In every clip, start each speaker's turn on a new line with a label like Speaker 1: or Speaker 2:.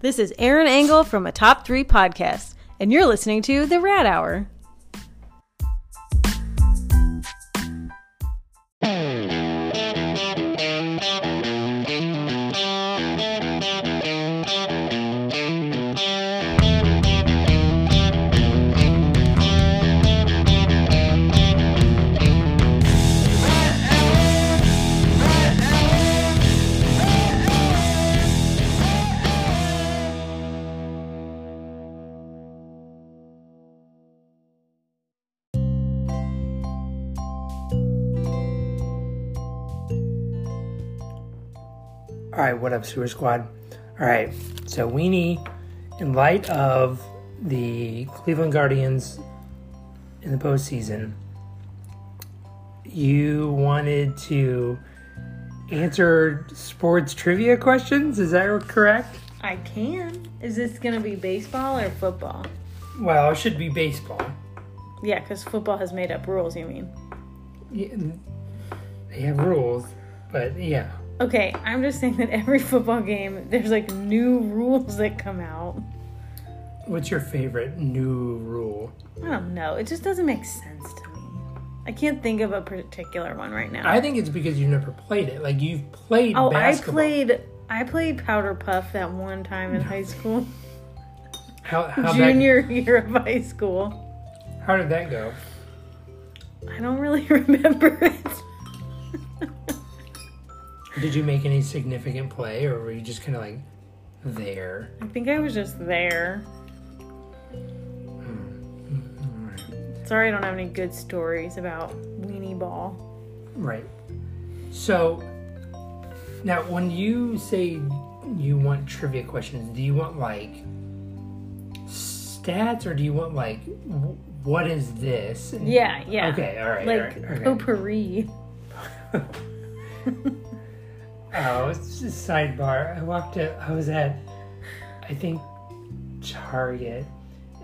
Speaker 1: This is Aaron Angle from a Top 3 podcast, and you're listening to The Rat Hour.
Speaker 2: All right, what up, Sewer Squad? All right, so Weenie, in light of the Cleveland Guardians in the postseason, you wanted to answer sports trivia questions. Is that correct?
Speaker 1: I can. Is this going to be baseball or football?
Speaker 2: Well, it should be baseball.
Speaker 1: Yeah, because football has made up rules, you mean?
Speaker 2: Yeah, They have rules, but yeah.
Speaker 1: Okay, I'm just saying that every football game, there's like new rules that come out.
Speaker 2: What's your favorite new rule?
Speaker 1: I don't know. It just doesn't make sense to me. I can't think of a particular one right now.
Speaker 2: I think it's because you've never played it. Like you've played.
Speaker 1: oh,
Speaker 2: basketball.
Speaker 1: I played. I played Powder Puff that one time in high school,
Speaker 2: How, how
Speaker 1: junior year of high school.
Speaker 2: That, how did that go?
Speaker 1: I don't really remember it.
Speaker 2: Did you make any significant play, or were you just kind of like there?
Speaker 1: I think I was just there.
Speaker 2: Hmm.
Speaker 1: Sorry, I don't have any good stories about Weenie Ball.
Speaker 2: Right. So now, when you say you want trivia questions, do you want like stats, or do you want like w- what is this? And-
Speaker 1: Yeah, yeah.
Speaker 2: Okay. All right.
Speaker 1: Like
Speaker 2: all right, okay.
Speaker 1: potpourri.
Speaker 2: Oh, it's just a sidebar. I walked to, I was at, I think, Target,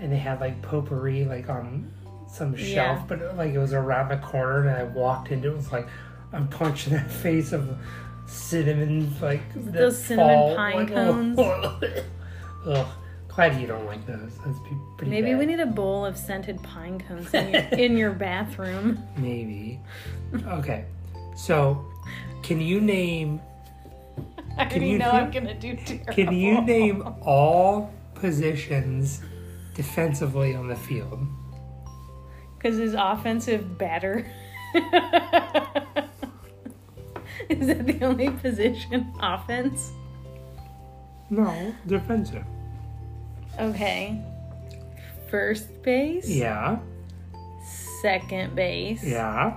Speaker 2: and they had like potpourri like on some shelf,
Speaker 1: Yeah.
Speaker 2: but like it was around the corner, and I walked into it. It was like I'm punching that face of cinnamon, like
Speaker 1: those
Speaker 2: that
Speaker 1: cinnamon
Speaker 2: fall-
Speaker 1: pine
Speaker 2: like,
Speaker 1: cones?
Speaker 2: Ugh, glad you don't like those. That's be- pretty.
Speaker 1: Maybe
Speaker 2: bad.
Speaker 1: we need a bowl of scented pine cones in your, in your bathroom.
Speaker 2: Maybe. Okay, so can you name?
Speaker 1: I already
Speaker 2: you
Speaker 1: know
Speaker 2: think-
Speaker 1: I'm gonna do terrible.
Speaker 2: Can you name all positions defensively on the field?
Speaker 1: Because his offensive batter. Is that the only position? Offense?
Speaker 2: No, defensive.
Speaker 1: Okay. First base?
Speaker 2: Yeah,
Speaker 1: Second base?
Speaker 2: yeah,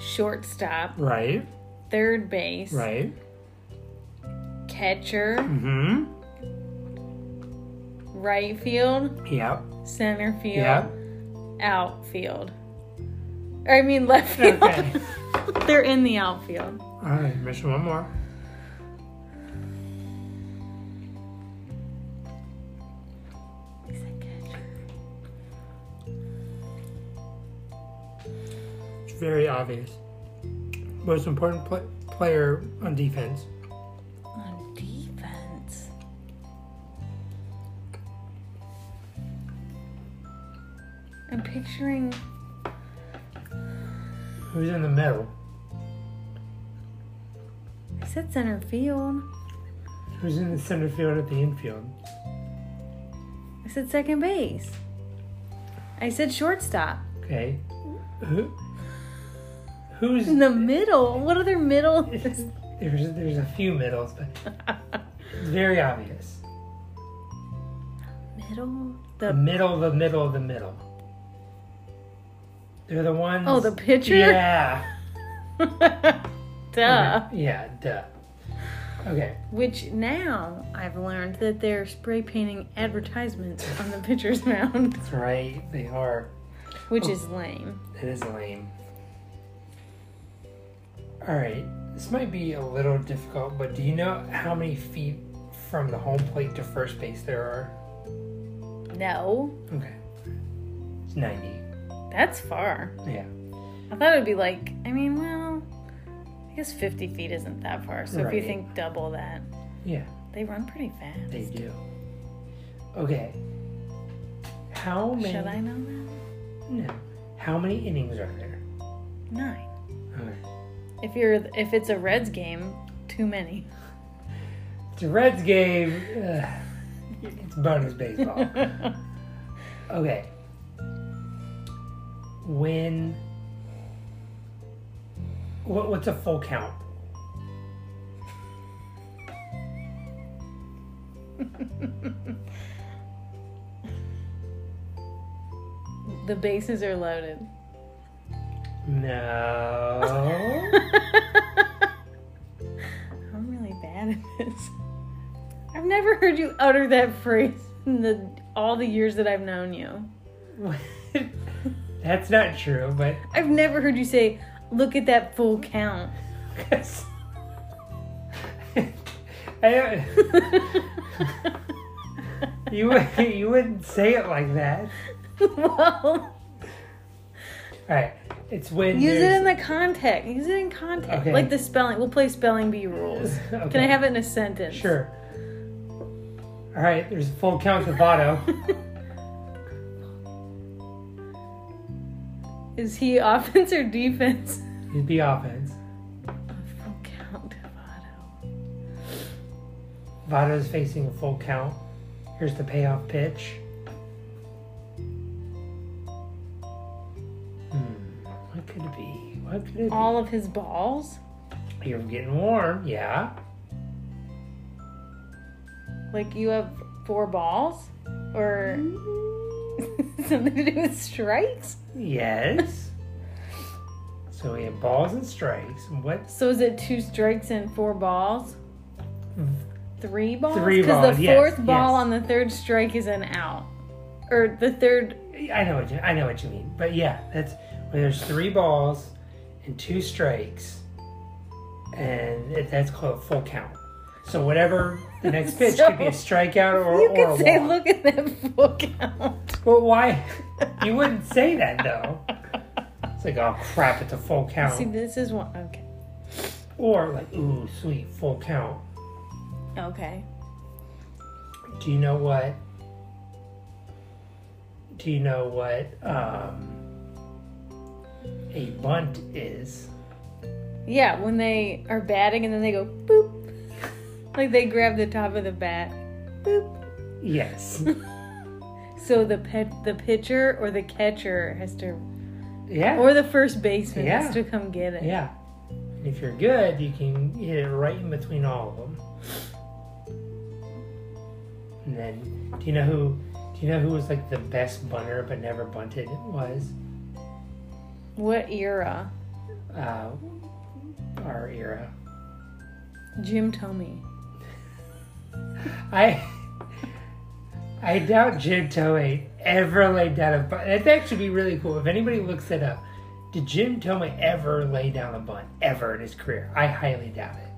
Speaker 1: Shortstop?
Speaker 2: right,
Speaker 1: Third base?
Speaker 2: right.
Speaker 1: Catcher?
Speaker 2: Mm-hmm.
Speaker 1: Right field?
Speaker 2: Yep,
Speaker 1: Center field?
Speaker 2: yep.
Speaker 1: Outfield? Or, I mean, left field.
Speaker 2: Okay.
Speaker 1: They're in the outfield.
Speaker 2: All right, mission one more.
Speaker 1: He said catcher.
Speaker 2: It's very obvious. Most important pl- player on defense.
Speaker 1: On defense. I'm picturing
Speaker 2: Who's in the middle?
Speaker 1: I said center field.
Speaker 2: Who's in the center field at the infield?
Speaker 1: I said second base. I said shortstop.
Speaker 2: Okay. Who? Who's
Speaker 1: In the middle. What other middle is
Speaker 2: there's there's a few middles, but it's very obvious.
Speaker 1: middle?
Speaker 2: The
Speaker 1: The
Speaker 2: middle, the middle, the middle. They're the ones.
Speaker 1: Oh, the pitcher?
Speaker 2: Yeah.
Speaker 1: Duh.
Speaker 2: Yeah. Duh. Okay.
Speaker 1: Which now I've learned that they're spray painting advertisements on the pitcher's mound,
Speaker 2: That's right. They are.
Speaker 1: which is lame.
Speaker 2: It is lame. All right. This might be a little difficult, but do you know how many feet from the home plate to first base there are?
Speaker 1: No,
Speaker 2: Okay. It's 90.
Speaker 1: that's far.
Speaker 2: Yeah.
Speaker 1: I thought it would be like, I mean, well, I guess 50 feet isn't that far. So if you
Speaker 2: Right.
Speaker 1: think double that,
Speaker 2: Yeah.
Speaker 1: They run pretty fast.
Speaker 2: They do. Okay. How many?
Speaker 1: Should I know that?
Speaker 2: No. How many innings are there?
Speaker 1: Nine.
Speaker 2: Okay.
Speaker 1: If you're if it's a Reds game, too many.
Speaker 2: It's a Reds game. Ugh. it's bonus baseball. okay. When. What, what's a full count?
Speaker 1: the bases are loaded.
Speaker 2: No.
Speaker 1: I'm really bad at this. I've never heard you utter that phrase in the all the years that I've known you.
Speaker 2: That's not true, but
Speaker 1: I've never heard you say, "Look at that full count."
Speaker 2: Yes. I, you would- you wouldn't say it like that.
Speaker 1: well,
Speaker 2: All right, it's when
Speaker 1: use it in
Speaker 2: there's-
Speaker 1: the context. Use it in context,
Speaker 2: Okay.
Speaker 1: like the spelling. We'll play spelling bee rules. Can
Speaker 2: Okay,
Speaker 1: I have it in a sentence?
Speaker 2: sure? All right, there's full count of auto.
Speaker 1: Is he offense or defense?
Speaker 2: It'd be offense.
Speaker 1: A full count of auto.
Speaker 2: Votto's facing a full count. Here's the payoff pitch. Hmm, what could it be? What could it be?
Speaker 1: All of his balls,
Speaker 2: You're getting warm, yeah.
Speaker 1: like you have four balls, or something to do with strikes.
Speaker 2: Yes. so we have balls and strikes. What
Speaker 1: So is it two strikes and four balls? Three balls.
Speaker 2: Three
Speaker 1: Because
Speaker 2: balls,
Speaker 1: the
Speaker 2: yes,
Speaker 1: fourth ball
Speaker 2: yes.
Speaker 1: on the third strike is an out, or the third.
Speaker 2: I know what you I know what you mean, but yeah, that's when there's three balls and two strikes, and it- that's called full count. So whatever the next pitch could be a strikeout or,
Speaker 1: You
Speaker 2: or a
Speaker 1: could say,
Speaker 2: walk.
Speaker 1: "Look at that full count."
Speaker 2: Well, why? you wouldn't say that though. It's like, oh crap, it's a full count,
Speaker 1: See, this is one. Okay.
Speaker 2: or like, ooh, sweet, full count.
Speaker 1: Okay.
Speaker 2: Do you know what? Do you know what um, a bunt is?
Speaker 1: Yeah, when they are batting and then they go boop, like they grab the top of the bat, boop.
Speaker 2: Yes.
Speaker 1: So the pet, the pitcher or the catcher has to,
Speaker 2: Yeah.
Speaker 1: or the first baseman
Speaker 2: Yeah.
Speaker 1: has to come get it.
Speaker 2: Yeah. And if you're good, you can hit it right in between all of them. And then, do you know who? Do you know who was like the best bunter but never bunted? Was
Speaker 1: What era?
Speaker 2: uh, our era.
Speaker 1: Jim Tomey.
Speaker 2: I I doubt Jim Tomei ever laid down a bunt. That'd actually be really cool if anybody looks it up. Did Jim Tomei ever lay down a bunt ever in his career? I highly doubt it.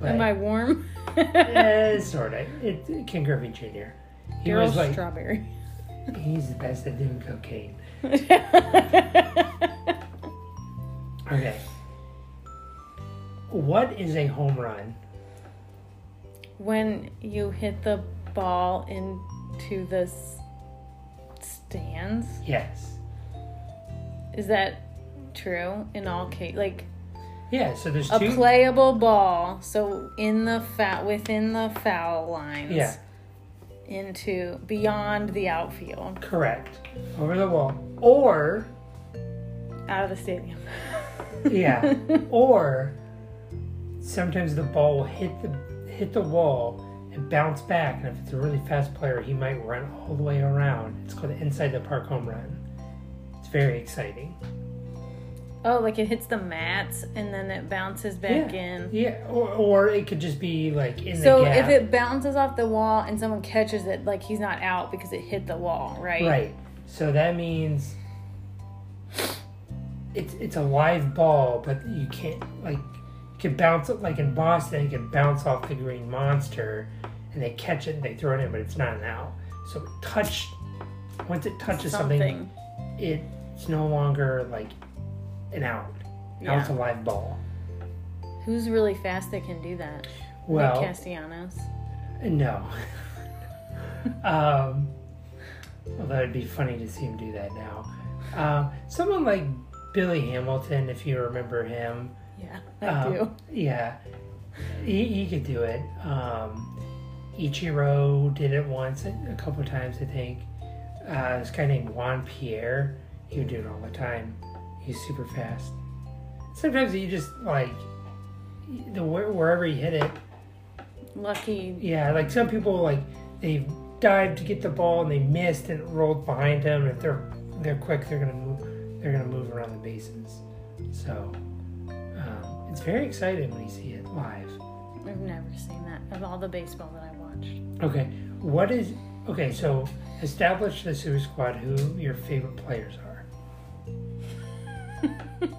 Speaker 2: But,
Speaker 1: Am I warm?
Speaker 2: Eh, sort of. It, King Griffey Jr. He
Speaker 1: Daryl
Speaker 2: was like
Speaker 1: Strawberry.
Speaker 2: he's the best at doing cocaine. Okay. What is a home run?
Speaker 1: when you hit the ball into the s- stands,
Speaker 2: Yes.
Speaker 1: is that true in all cases? Like
Speaker 2: Yeah. So there's
Speaker 1: a
Speaker 2: two.
Speaker 1: playable ball, so in the foul within the foul lines.
Speaker 2: Yeah.
Speaker 1: Into beyond the outfield,
Speaker 2: Correct. Over the wall. Or
Speaker 1: out of the stadium.
Speaker 2: Yeah. or sometimes the ball will hit the hit the wall and bounce back, and if it's a really fast player, he might run all the way around. It's called an inside the park home run. It's very exciting.
Speaker 1: Oh, like it hits the mats and then it bounces back
Speaker 2: yeah.
Speaker 1: in.
Speaker 2: Yeah, or, or it could just be like in
Speaker 1: So
Speaker 2: the gap.
Speaker 1: if it bounces off the wall and someone catches it, like he's not out because it hit the wall, right?
Speaker 2: right. So that means it's it's a live ball, but you can't like you can bounce it like in Boston, you can bounce off the green monster, and they catch it and they throw it in, but it's not an out. So it touched once it touches something,
Speaker 1: Something.
Speaker 2: it's no longer like an out. Now it's a live ball.
Speaker 1: Who's really fast that can do that?
Speaker 2: Well,
Speaker 1: Nick Castellanos.
Speaker 2: No. um, although it'd be funny to see him do that now. Um, someone like Billy Hamilton, if you remember him.
Speaker 1: Yeah, I
Speaker 2: um,
Speaker 1: do.
Speaker 2: Yeah, he, he could do it. Um, Ichiro did it once, a a couple of times, I think. Uh, this guy named Juan Pierre, he would do it all the time. He's super fast. Sometimes you just like the where- wherever he hit it,
Speaker 1: Lucky.
Speaker 2: yeah, like some people like they dived to get the ball and they missed and it rolled behind them. And if they're they're quick, they're gonna move. They're gonna move around the bases. So um, it's very exciting when you see it live.
Speaker 1: I've never seen that of all the baseball that I watched.
Speaker 2: Okay, what is okay? So establish the Super Squad. Who your favorite players are?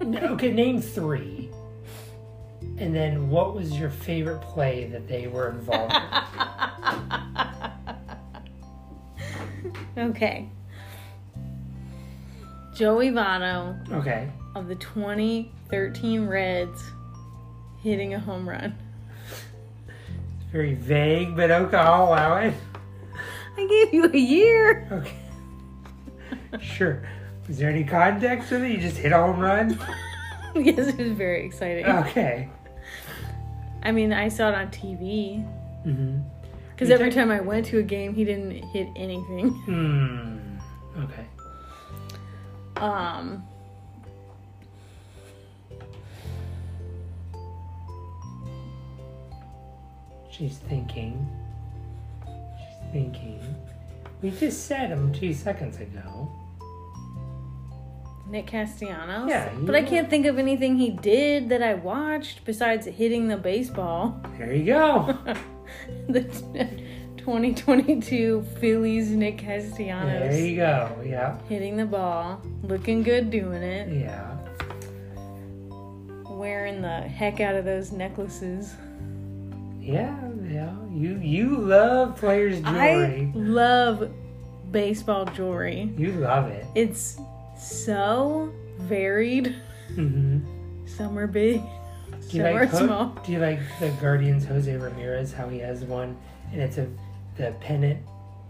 Speaker 2: N- okay, name three. And then, what was your favorite play that they were involved in?
Speaker 1: Okay. Joey Votto
Speaker 2: Okay.
Speaker 1: of the 2013 Reds hitting a home run.
Speaker 2: Very vague, but okay, I'll allow it.
Speaker 1: I gave you a year.
Speaker 2: Okay. Sure. Was there any context with it? You just hit a home run?
Speaker 1: yes, it was very exciting.
Speaker 2: Okay.
Speaker 1: I mean, I saw it on TV
Speaker 2: Mm-hmm.
Speaker 1: because every time I went to a game, he didn't hit anything.
Speaker 2: Hmm. Okay.
Speaker 1: Um,
Speaker 2: She's thinking. She's thinking. We just said him two seconds ago.
Speaker 1: Nick Castellanos.
Speaker 2: Yeah, he
Speaker 1: but I
Speaker 2: did.
Speaker 1: can't think of anything he did that I watched besides hitting the baseball.
Speaker 2: There you go.
Speaker 1: the t- 2022 Phillies Nick Castellanos
Speaker 2: There you go. Yeah.
Speaker 1: hitting the ball, looking good doing it,
Speaker 2: Yeah.
Speaker 1: wearing the heck out of those necklaces.
Speaker 2: Yeah. Yeah. You you love players
Speaker 1: I
Speaker 2: jewelry.
Speaker 1: love baseball jewelry.
Speaker 2: You love it.
Speaker 1: It's so varied.
Speaker 2: Mm-hmm.
Speaker 1: Some are big,
Speaker 2: Do you,
Speaker 1: some are
Speaker 2: like Ho-
Speaker 1: small.
Speaker 2: do you like the Guardians Jose Ramirez? How he has one, and it's a the pennant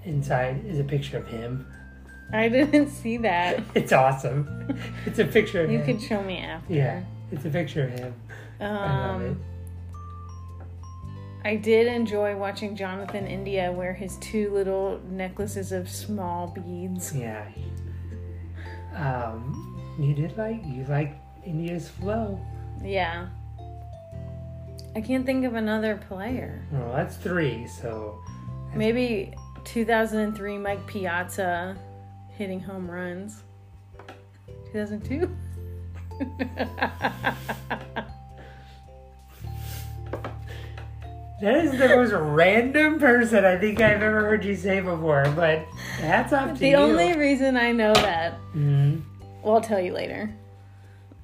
Speaker 2: inside is a picture of him.
Speaker 1: I didn't see that.
Speaker 2: It's awesome. It's a picture of
Speaker 1: You
Speaker 2: him.
Speaker 1: could show me after.
Speaker 2: yeah, it's a picture of him. I love it.
Speaker 1: Um, I did enjoy watching Jonathan India wear his two little necklaces of small beads.
Speaker 2: Yeah. Um, you did like you like India's flow.
Speaker 1: Yeah. I can't think of another player.
Speaker 2: Well, that's three. So
Speaker 1: Maybe 2003 Mike Piazza hitting home runs. 2002?
Speaker 2: that is the most random person I think I've ever heard you say before. But hats off to
Speaker 1: the
Speaker 2: you.
Speaker 1: only reason I know that,
Speaker 2: Mhm.
Speaker 1: well, I'll tell you later.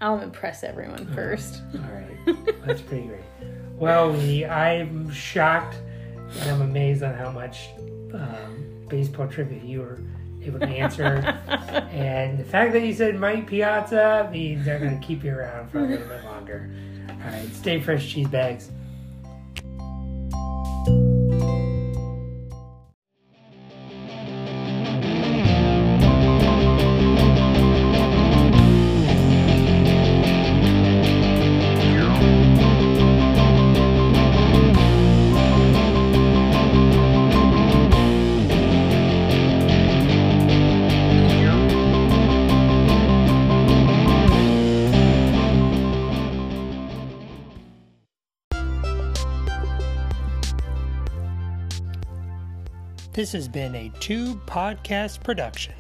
Speaker 1: I'll impress everyone first.
Speaker 2: All right, that's pretty great. Well, we, I'm shocked and I'm amazed on how much um, baseball trivia you were able to answer. and the fact that you said Mike Piazza means they're going to keep you around for a little bit longer. All right, stay fresh, cheese bags. This has been a two podcast production.